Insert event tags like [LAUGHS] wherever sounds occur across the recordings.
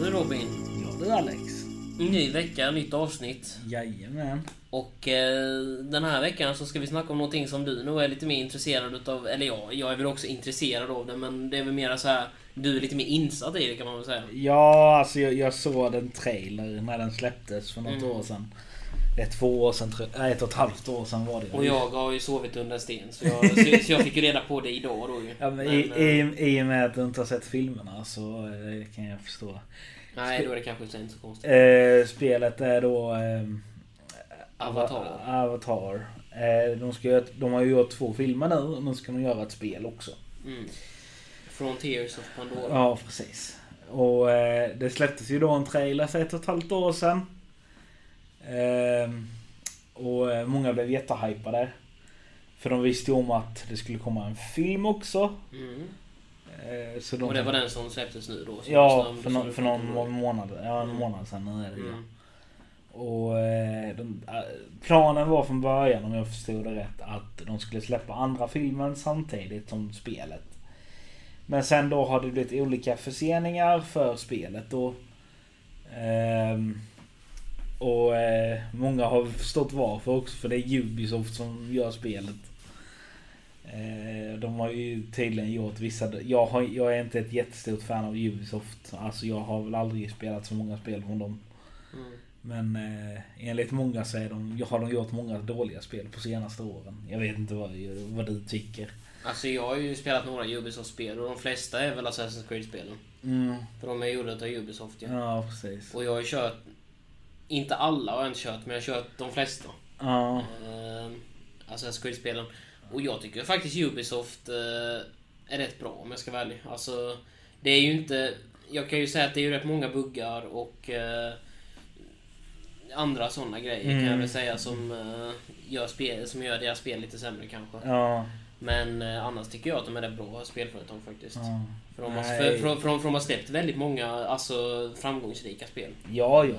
du Robin. Ja du Alex. Ny vecka, nytt avsnitt. Jajamän. Och eh, den här veckan så ska vi snacka om någonting som du nog är lite mer intresserad utav. Eller ja, jag är väl också intresserad av det men det är väl mera så här. Du är lite mer insatt i det kan man väl säga. Ja, alltså jag, jag såg den trailer när den släpptes för något Mm. år sedan. Det är två år sedan, tror jag. nej ett och ett halvt år sedan var det. Och jag har ju sovit under en sten så jag, så, så jag fick ju reda på det idag då ju. Ja, men i, Men, eh, i, I och med att du inte har sett filmerna så eh, kan jag förstå. Nej, då är det kanske inte så inte så konstigt. Eh, spelet är då... ehm, Avatar. Avatar. Eh, de, ska, göra- de har ju gjort två filmer nu och nu ska de göra ett spel också. Mm. Frontiers of Pandora. Ja, precis. Och eh, det släpptes ju då en trailer för ett och ett halvt år sedan. Ehm, och eh, många blev jättehypade. För de visste ju om att det skulle komma en film också. Mm. Eh, så de, Och det var den som släpptes nu då? som Ja, snabb- för, som- någon, för någon månad, ja, en Mm. månad sedan nu är det ju. Mm. Och eh, de, eh, planen var från början, om jag förstod det rätt, att de skulle släppa andra filmen samtidigt som spelet. Men sen då har det blivit olika förseningar för spelet då. Ehm, och eh, många har förstått varför också, för det är Ubisoft som gör spelet. Eh, de har ju tydligen gjort vissa... Jag, har, jag är inte ett jättestort fan av Ubisoft. Alltså jag har väl aldrig spelat så många spel från dem. Mm. Men eh, enligt många så är de, har de gjort många dåliga spel på senaste åren. Jag vet inte vad, vad du tycker. Alltså jag har ju spelat några Ubisoft-spel och de flesta är väl Assassin's Creed-spelen. Mm. För de är gjorda utav Ubisoft ja. Ja, precis. Och jag har ju kört... Inte alla har jag inte kört, men jag har kört de flesta. Ja, Ehm, Assassin's Creed-spelen. Och jag tycker faktiskt Ubisoft eh, är rätt bra om jag ska vara ärlig. Alltså, det är ju inte... Jag kan ju säga att det är ju rätt många buggar och eh, andra sådana grejer kan jag Mm. väl säga som, eh, gör spel, som gör deras spel lite sämre kanske. ja, Men eh, annars tycker jag att de är rätt bra spelföretag faktiskt. ja. För de har, för, för, Nej. för, de- för de har släppt väldigt många alltså, framgångsrika spel. Ja, ja.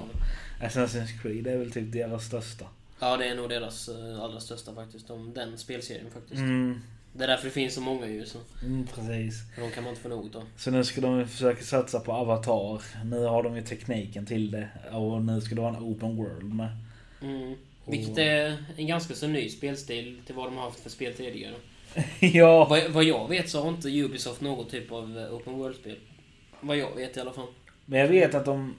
Assassin's Creed är väl typ deras största. Ja, det är nog deras eh, allra största faktiskt. De, den spelserien faktiskt. Mm, Det är därför det finns så många ju. Så. mm, precis. För de kan man inte få nog av. Så nu ska de försöka satsa på Avatar. Nu har de ju tekniken till det. Och nu ska de ha en open world med. Mm. Och- Vilket är en ganska så ny spelstil till vad de har haft för spel tidigare. [LAUGHS] ja, Vad, vad jag vet så har inte Ubisoft någon typ av eh, open world-spel. Vad jag vet i alla fall. men jag vet att de...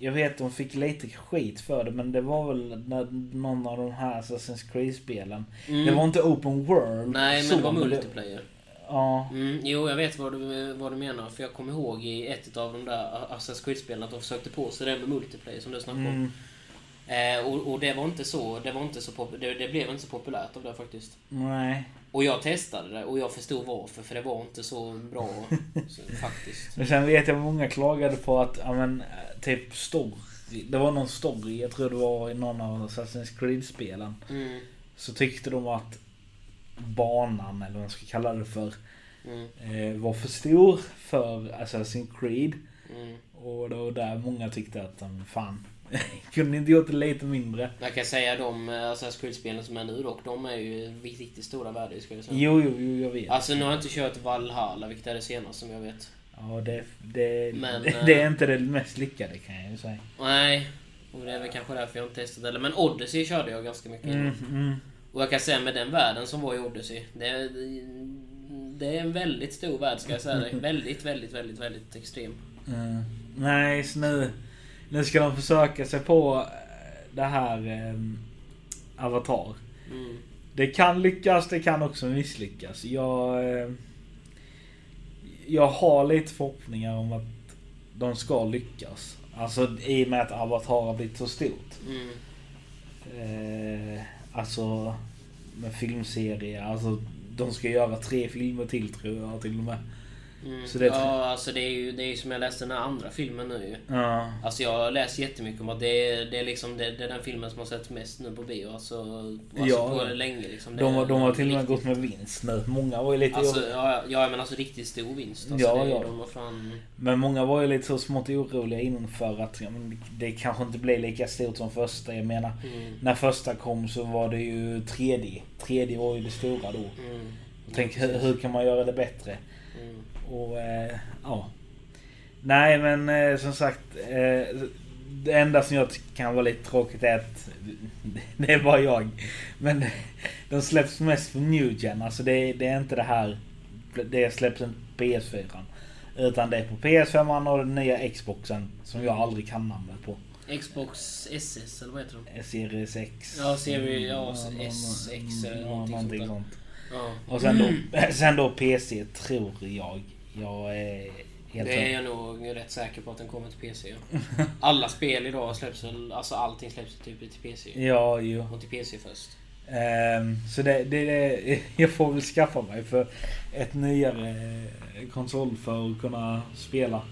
Jag vet att de fick lite skit för det men det var väl när någon av de här Assassin's Creed-spelen Mm. Det var inte open world. Nej, men så, det var multiplayer. Ja. Mm, jo, jag vet vad du, vad du menar. För jag kommer ihåg i ett av de där Assassin's Creed-spelen att de försökte på sig det med multiplayer som du snackade om. Mm, Eh, och, och det var inte så, det var inte så pop- det, det blev inte så populärt av det faktiskt. nej. Och jag testade det och jag förstod varför, för det var inte så bra så, faktiskt. Men sen vet jag att många klagade på att, ja men, eh, typ story. Det var någon story, jag tror det var i någon av Assassin's Creed-spelen. Mm, Så tyckte de att banan, eller vad man ska kalla det för, mm, eh, var för stor för Assassin's Creed. mm. Och det var där många tyckte att, ja, men fan, [LAUGHS] kunde ni inte gjort det lite mindre? Jag kan säga de eh, Assassin's Creed-spelen som är nu dock, de är ju riktigt stora världar skulle jag säga. Jo, jo, jo, jag vet. Alltså nu har jag inte kört Valhalla, vilket är det senaste som jag vet. Ja, det, det, Men, [LAUGHS] det, eh, det är inte det mest lyckade kan jag ju säga. Nej, och det är väl kanske därför jag inte testat det. Men Odyssey körde jag ganska mycket innan. Mm, mm. Och jag kan säga med den världen som var i Odyssey. Det, det är en väldigt stor värld ska jag säga [LAUGHS] dig. Väldigt, väldigt, väldigt, väldigt extrem. Mm. Nej, så nu, nu ska de försöka sig på eh, det här ehm, Avatar. Mm. Det kan lyckas, det kan också misslyckas. Jag, eh, jag har lite förhoppningar om att de ska lyckas. Alltså i och med att Avatar har blivit så stort. Mm. Eh, alltså med filmserie. Alltså de ska göra tre filmer till tror jag till och med. Mm. Så det är tre- ja, alltså det är ju det är ju som jag läste den här andra filmen nu ju. Ja. Alltså jag läser jättemycket om att det är, det är, liksom, det, det är den filmen som har setts mest nu på bio. Alltså, alltså Ja. på länge liksom. Det De, har- är de har till och med riktigt- gått med vinst nu. Många var ju lite Alltså, ja, ja, men alltså riktigt stor vinst. Alltså, Ja, det, ja. De var fan... Men många var ju lite så smått oroliga inför att ja, men det kanske inte blir lika stort som första. Jag menar, Mm. när första kom så var det ju 3D. 3D var ju det stora då. Mm. Tänk hur, hur kan man göra det bättre? Mm. Och eh, ja. Nej men eh, som sagt. Eh, det enda som jag tycker kan vara lite tråkigt är att [LAUGHS] det är bara jag. Men [LAUGHS] de släpps mest för New Gen. Alltså det, det är inte det här. Det släpps inte på PS4. Utan det är på PS5 och den nya Xboxen. Som jag aldrig kan namnet på. Xbox SS eller vad heter de? Series X. Ja, Series- ja, SX eller ja, någonting någonting sånt där. sånt. Ja. Och sen då, [CLEARS THROAT] sen då PC tror jag. Jag är helt Det är jag nog rätt säker på att den kommer till PC. Ja. [LAUGHS] Alla spel idag släpps väl, alltså allting släpps typ till PC. Ja, jo. Och till PC först. Ehm, så det, det, det, [LAUGHS] jag får väl skaffa mig för ett nyare eh, konsol för att kunna spela.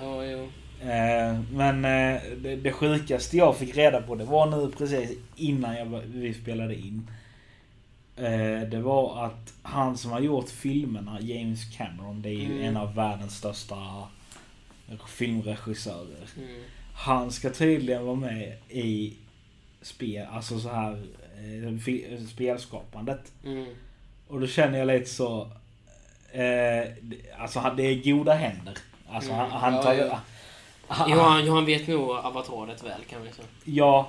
Ja, jo. Ehm, men eh, det, det sjukaste jag fick reda på det var nu precis innan jag, bör- vi spelade in. Eh, det var att han som har gjort filmerna, James Cameron, det är ju Mm. en av världens största filmregissörer. Mm. Han ska tydligen vara med i spel, alltså så här eh, fi- spelskapandet. Mm. Och då känner jag lite så... Eh, alltså han- det är goda händer. Alltså Mm, han, han ja, tar... ja. Han, Jo, han, jo, han vet nog avataret väl kan vi säga. ja.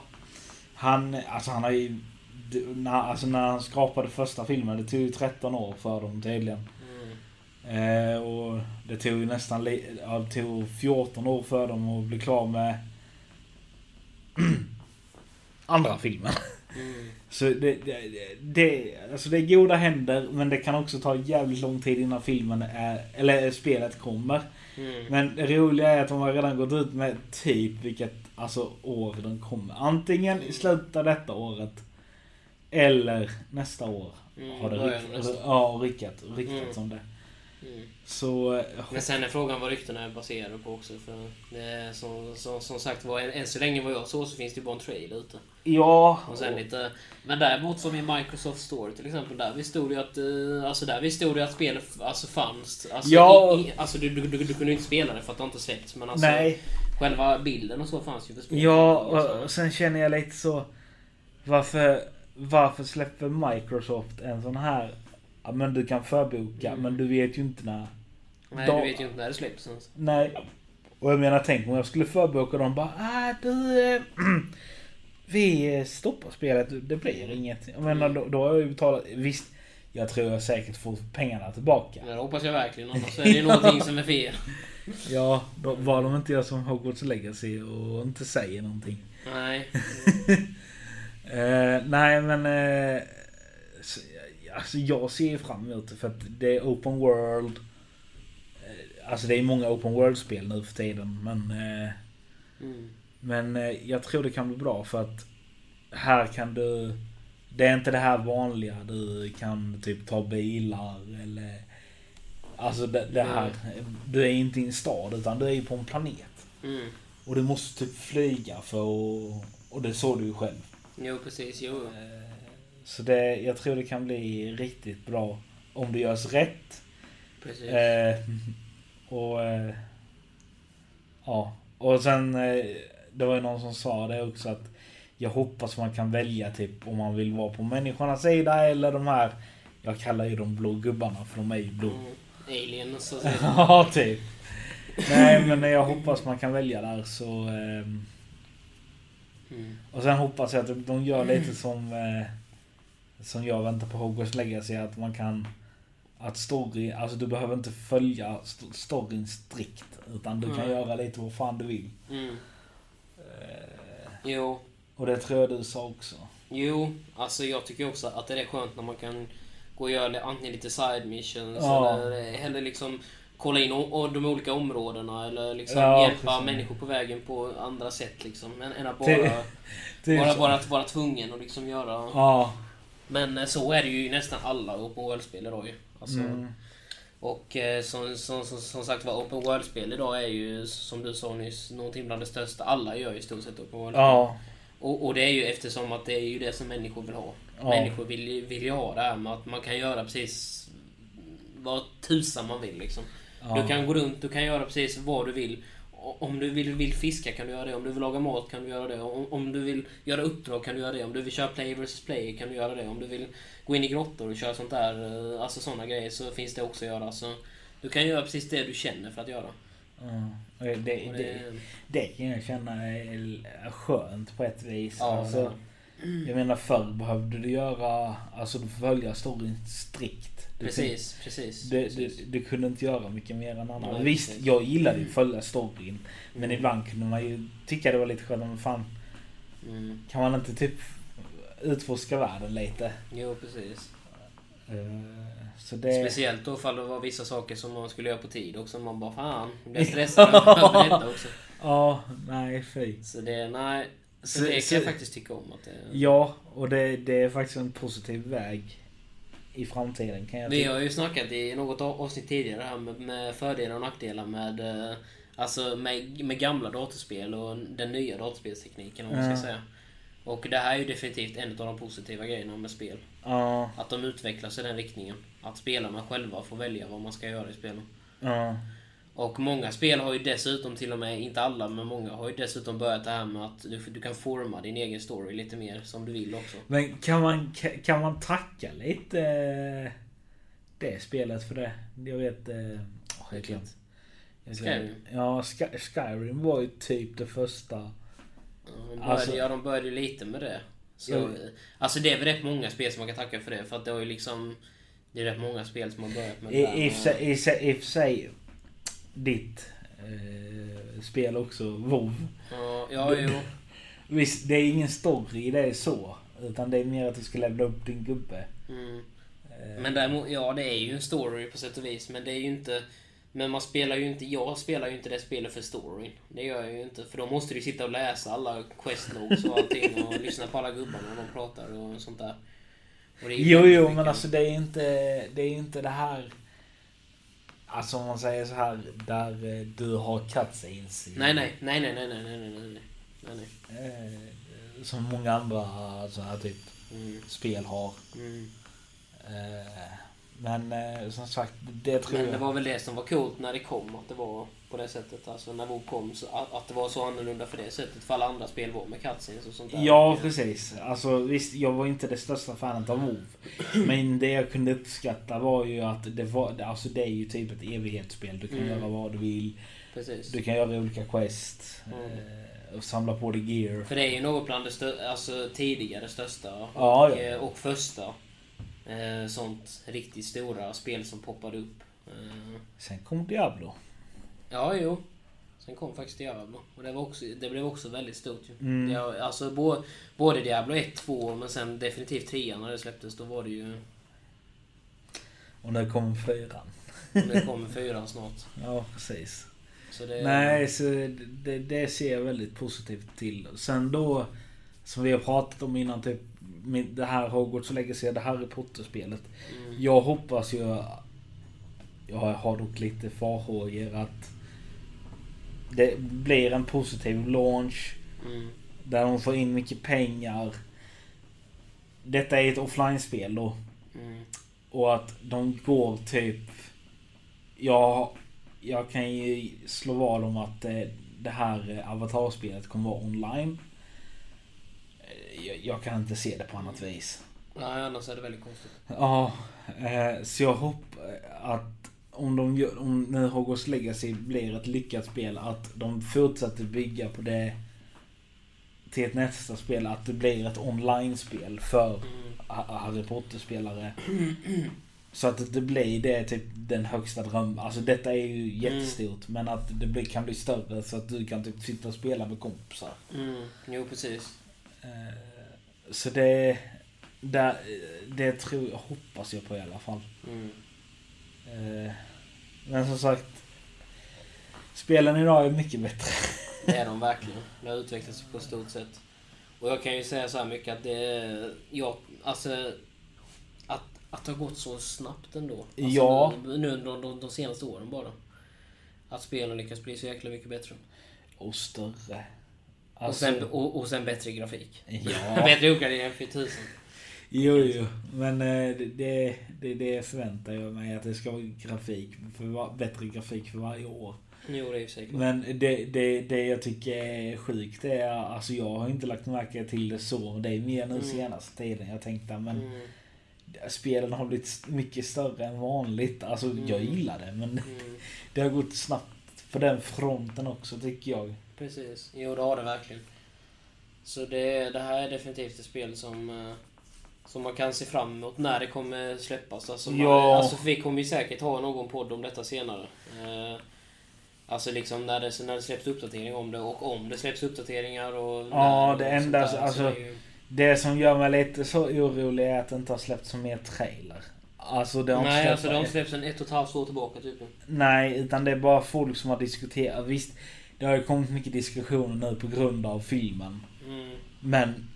Han, alltså han har ju... d- När, alltså när han skapade första filmen, det tog ju 13 år för dem tydligen. Mm. Eh, och det tog ju nästan li, ja, det tog 14 år för dem att bli klar med [CLEARS THROAT] andra filmen. Mm. Så det, det, det, alltså det är goda händer men det kan också ta jävligt lång tid innan filmen är, eller spelet kommer. Mm. Men det roliga är att de har redan gått ut med typ vilket alltså, år den kommer. Antingen i slutet av detta året eller nästa år. Mm, har det början av rykt, nästa. ja, ryktat, ryktats Mm. om det. Mm. Så... eh, Men sen är frågan vad ryktena är baserade på också. För det är som, som, som sagt var, än, än så länge vad jag såg så finns det ju bara en trail ute. Ja. Och sen lite, men däremot som i Microsoft Store till exempel, där visste du att, eh, alltså där visste du att spelet alltså, fanns. Alltså, Ja. i, i, alltså du, du, du, du kunde ju inte spela det för att det inte släppts. Men alltså, Nej. själva bilden och så fanns ju för spelet. Ja, Alltså, och- och sen känner jag lite så... Varför, varför släpper Microsoft en sån här... Ja, men du kan förboka, Mm. men du vet ju inte när. Nej, då- du vet ju inte när det släpps. ens. Nej. Och jag menar, tänk om jag skulle förboka dem bara... Ah, du... eh, [CLEARS THROAT] Vi eh, stoppar spelet, det blir inget. Jag menar, Mm. då, då har jag ju betalat... Visst, jag tror jag säkert får pengarna tillbaka. Men det hoppas jag verkligen, annars är det ju någonting som är fel. Ja, då, var de inte gör som Hogwarts Legacy och inte säger någonting. Nej. Eh, nej men... eh, så- alltså jag ser fram emot det för att det är open world. Eh, alltså det är många open world-spel nu för tiden men... eh, Mm. men eh, jag tror det kan bli bra för att här kan du... Det är inte det här vanliga. Du kan typ ta bilar eller... Alltså det, det här. Du är inte i en stad utan du är på en planet. Mm. Och du måste typ flyga för att... Och det såg du ju själv. Jo, precis. Jo. Eh, Så det, jag tror det kan bli riktigt bra om det görs rätt. Precis. Eh, och eh, ja, och sen eh, det var ju någon som sa det också att jag hoppas man kan välja typ om man vill vara på människornas sida eller de här jag kallar ju de blå gubbarna för de är ju blå. Mm. Aliens och så. [LAUGHS] Ja, typ. Nej, men jag hoppas man kan välja där så ehm, Mm. och sen hoppas jag att de gör lite som eh, som jag väntar på Hogwarts Legacy att man kan att story, alltså du behöver inte följa st- storyn strikt utan du kan Nej. göra lite vad fan du vill. Eh, Mm. Jo. Och det tror jag du sa också. Jo, alltså jag tycker också att det är skönt när man kan gå och göra li- antingen lite side missions Ja. eller, eller liksom kolla in o- o- de olika områdena eller liksom Ja, hjälpa precis. människor på vägen på andra sätt liksom. Än, än att bara, [LAUGHS] Det- Typ bara, så. bara att vara tvungen och liksom göra. Ja. Men eh, så är det ju i nästan alla open world-spel idag ju. Alltså, Mm. Och eh, som, som, som, som sagt var, open world-spel idag är ju som du sa nyss någonting bland det största. Alla gör ju i stort sett open world. Ja. Och, och det är ju eftersom att det är ju det som människor vill ha. Ja. Människor vill, ju- vill ju ha det här med att man kan göra precis vad tusan man vill liksom. Ja. Du kan gå runt, du kan göra precis vad du vill. O- Om du vill, vill fiska kan du göra det, om du vill laga mat kan du göra det, om, om du vill göra uppdrag kan du göra det, om du vill köra play vs play kan du göra det, om du vill gå in i grottor och köra sånt där, eh, alltså sådana grejer så finns det också att göra. Så du kan göra precis det du känner för att göra. Ja. Och Det, det, Och det, det kan jag känna är skönt på ett vis. Ja, alltså, jag menar förr behövde du göra, alltså du följa storyn strikt. Du kunde- precis, precis. Du, du, precis. du kunde inte göra mycket mer än andra. Nej, Visst, precis. jag gillade ju att följa storyn. Men Mm. ibland kunde man ju tycka det var lite skönt. Men fan, Mm. kan man inte typ utforska världen lite? Jo, precis. Eh, Så det... Speciellt då ifall det var vissa saker som man skulle göra på tid också. Man bara fan, jag blev stressad över detta också. Ja, nej fy. Så det, nej. Så Så- det så- kan jag faktiskt tycka om att det... Ja, och det, det är faktiskt en positiv väg i framtiden kan jag Vi tycka. har ju snackat i något av- avsnitt tidigare här med, med fördelar och nackdelar med eh, Alltså med, med gamla datorspel och den nya datorspelstekniken om man Ja. ska säga. Och det här är ju definitivt en av de positiva grejerna med spel. Ja, Att de utvecklas i den riktningen. Att spelarna själva får välja vad man ska göra i spelen. ja, Och många spel har ju dessutom till och med, inte alla men många har ju dessutom börjat det här med att du, du kan forma din egen story lite mer som du vill också. Men kan man, ka- kan man tacka lite eh, det spelet för det? Jag vet... eh, åh, jag glömt. Jag glömt. Skyrim. Ja, Sky, Skyrim var ju typ det första. Ja, De började, Alltså- ja, de började ju lite med det. Så, Ja. Alltså det är väl rätt många spel som man kan tacka för det. För att det har ju liksom... Det är rätt många spel som har börjat med I det där. i och för sig- i och för sig- i och för sig ditt eh, spel också, WoW. Ja, ja, jo. Visst, det är ingen story i det så. Utan det är mer att du ska lämna upp din gubbe. Mm. Eh, Men däremot, ja det är ju en story på sätt och vis. Men det är ju inte... Men man spelar ju inte, jag spelar ju inte det spelet för storyn. Det gör jag ju inte. För då måste du sitta och läsa alla questlogs och allting och [LAUGHS] lyssna på alla gubbarna när de pratar och sånt där. Och det är ju Jo, väldigt jo, mycket- men alltså det är inte det, är inte det här... Alltså om man säger så här, där eh, du har cutscenes. i- Nej, nej, nej, nej, nej, nej, nej, nej, nej, nej, nej, nej. Eh, som många andra sådana här typ Mm, spel har. mm. Eh, men eh, som sagt, det tror Men det jag... var väl det som var coolt när det kom, att det var på det sättet. Alltså när WoW kom, så, att, att det var så annorlunda för det sättet. För alla andra spel var med cutscenes och sånt där. Ja, precis. Alltså visst, jag var inte det största fanet av [CLEARS THROAT] WoW. Men det jag kunde uppskatta var ju att det var... Alltså det är ju typ ett evighetsspel. Du kan Mm. göra vad du vill. Precis. Du kan göra olika quest. Mm. eh, Och samla på dig gear. För det är ju något bland det stö- alltså, tidigare största och, Ja, ja. eh, och första. Eh, sånt riktigt stora spel som poppade upp. Eh, Sen kom Diablo. ja, jo. Sen kom faktiskt Diablo. Och det, var också, det blev också väldigt stort ju. Mm. Det, har- alltså bo, både Diablo 1, 2 men sen definitivt 3 när det släpptes. Då var det ju... Och nu kom fyran. Och det kommer 4 snart. Ja, precis. Så det... Nej, så det, det ser jag väldigt positivt till. Sen då, som vi har pratat om innan, typ med det här Hogwarts Legacy, det Harry Potter-spelet. Mm. Jag hoppas ju... Jag har dock lite farhågor att det blir en positiv launch. Mm. Där de får in mycket pengar. Detta är ett offline-spel då. Mm. Och att de går typ... Jag, jag kan ju slå vad om att eh, det här eh, avatarspelet kommer vara online. Eh, Jag, jag kan inte se det på annat vis. Nej, annars är det väldigt konstigt. Ja, eh, så jag hoppas att om de gör, om nu Hogwarts Legacy blir ett lyckat spel, att de fortsätter bygga på det till ett nästa spel, att det blir ett online-spel för Mm. Ha- Harry Potter-spelare. Så att det blir det typ den högsta drömmen. Alltså detta är ju jättestort men att det blir, kan bli större så att du kan typ sitta och spela med kompisar. Mm. Jo, precis. Eh, Så det... Där, det tror jag, hoppas jag på i alla fall. Mm. Eh, Men som sagt. Spelen idag är mycket bättre. Det är de verkligen. Det har utvecklats på ett stort sätt. Och jag kan ju säga så här mycket att det... Ja, alltså... Att, att det har gått så snabbt ändå. Alltså, Ja. Nu, nu de, de, de senaste åren bara. Att spelen lyckas bli så jäkla mycket bättre. Och större. Alltså, och, sen, och, och sen bättre grafik. Ja. [LAUGHS] bättre uppgradering för 1000. Jo, jo. Men eh, det, det, det, det förväntar jag mig att det ska vara grafik för, va- bättre grafik för varje år. Jo, det är ju säkert. Men det, det, det jag tycker är sjukt är, alltså jag har inte lagt märke till det så, men det är mer nu Mm. senaste tiden jag tänkte, men Mm. spelen har blivit mycket större än vanligt. Alltså jag Mm. gillar det, men Mm. det har gått snabbt på den fronten också tycker jag. Precis. Jo, det har det verkligen. Så det, det här är definitivt ett spel som, eh, som man kan se fram emot när det kommer släppas. Alltså, man, Ja. alltså vi kommer ju säkert ha någon podd om detta senare. Eh, Alltså liksom när det, när det släpps uppdateringar om det och om det släpps uppdateringar och... Ja, när det och enda- sånt där. Så alltså- det är ju- Det som gör mig lite så orolig är att det inte har släppts så mer trailer. Alltså det har inte Nej, släppts- alltså de släpps en ett och ett halvt år tillbaka typ. Nej, utan det är bara folk som har diskuterat. Visst, det har ju kommit mycket diskussioner nu på grund av filmen. Mm. Men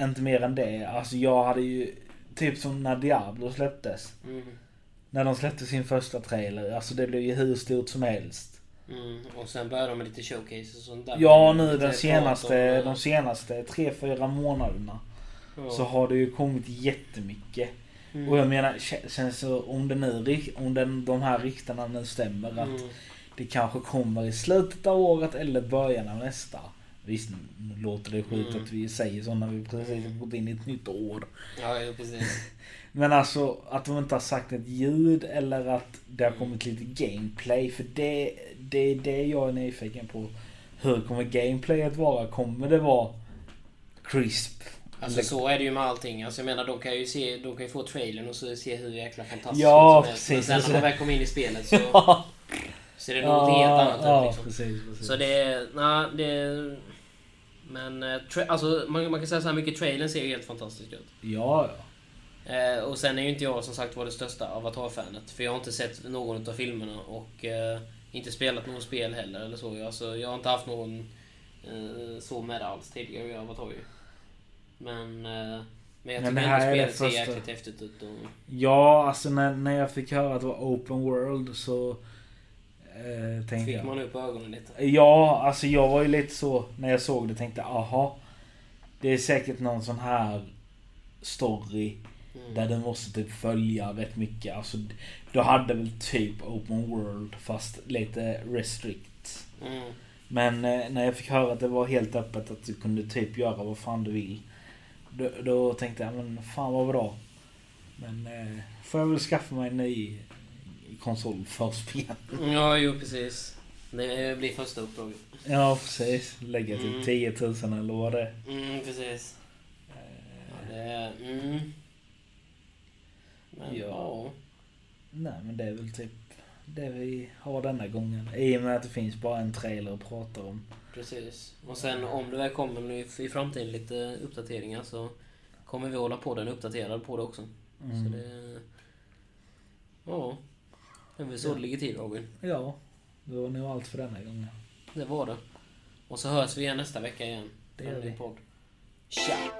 inte mer än det. Alltså jag hade ju... Typ som när Diablo släpptes. Mm. När de släppte sin första trailer. Alltså det blev ju hur stort som helst. Mm. Och sen börjar de med lite showcase och sånt där. Ja nu Lite den prat senaste, om, eh, de senaste 3-4 månaderna. ja. Så har det ju kommit jättemycket. Mm. Och jag menar, kä- sen så om det nu, rik- om den, de här ryktena nu stämmer att Mm. det kanske kommer i slutet av året eller början av nästa. Visst, nu låter det sjukt Mm. att vi säger så när vi precis har gått in i ett nytt år. Ja, jo, precis. Men alltså att de inte har sagt ett ljud eller att det Mm. har kommit lite gameplay. För det, det är det jag är nyfiken på. Hur kommer gameplayet vara? Kommer det vara crisp? Alltså Eller- så är det ju med allting. Alltså, jag menar de kan ju se, de kan ju få trailern och så se hur jäkla fantastiskt Ja, som helst. precis. Men sen när man väl kommer in i spelet [LAUGHS] så, så är det något helt annat. ja, liksom. precis, precis. Så det är, nej, det är... Men eh, tra- alltså, man, man kan säga så här mycket, trailern ser ju helt fantastisk ut. Ja, ja. Eh, och sen är ju inte jag som sagt var det största Avatar-fanet. För jag har inte sett någon av filmerna och eh, inte spelat något spel heller. Eller så. Jag, alltså, jag har inte haft någon eh, så med det alls tidigare i Avatar ju. Men, eh, men jag Men tycker det men här ändå är spelet det ser första. jäkligt häftigt ut. Och, Ja, alltså när, när jag fick höra att det var open world så eh, tänkte fick jag... man upp ögonen lite. Ja, alltså jag var ju lite så när jag såg det tänkte aha. Det är säkert någon sån här story Mm. där du måste typ följa rätt mycket. Alltså du hade väl typ open world fast lite restrict. Mm. Men eh, när jag fick höra att det var helt öppet att du kunde typ göra vad fan du vill. Då, då tänkte jag, men fan vad bra. Men eh, får jag väl skaffa mig en ny konsol först igen. Mm, Ja, jo precis. Det blir första uppdraget. Ja precis. Lägga Mm. typ 10 000 eller vad det är. Mm, precis. Ja, Eh, det är... Mm. Men, Ja. ja. Nej men det är väl typ det vi har denna gången. I och med att det finns bara en trailer att prata om. Precis. Och sen om det väl kommer nu i- i framtiden lite uppdateringar så kommer vi hålla på den uppdaterad på det också. Mm. Så det... Ja. Det är väl så det ligger till Robin. Ja, det var nog allt för denna gången. Det var det. Och så hörs vi igen nästa vecka igen. Det gör Med en ny vi. Podd. Tja!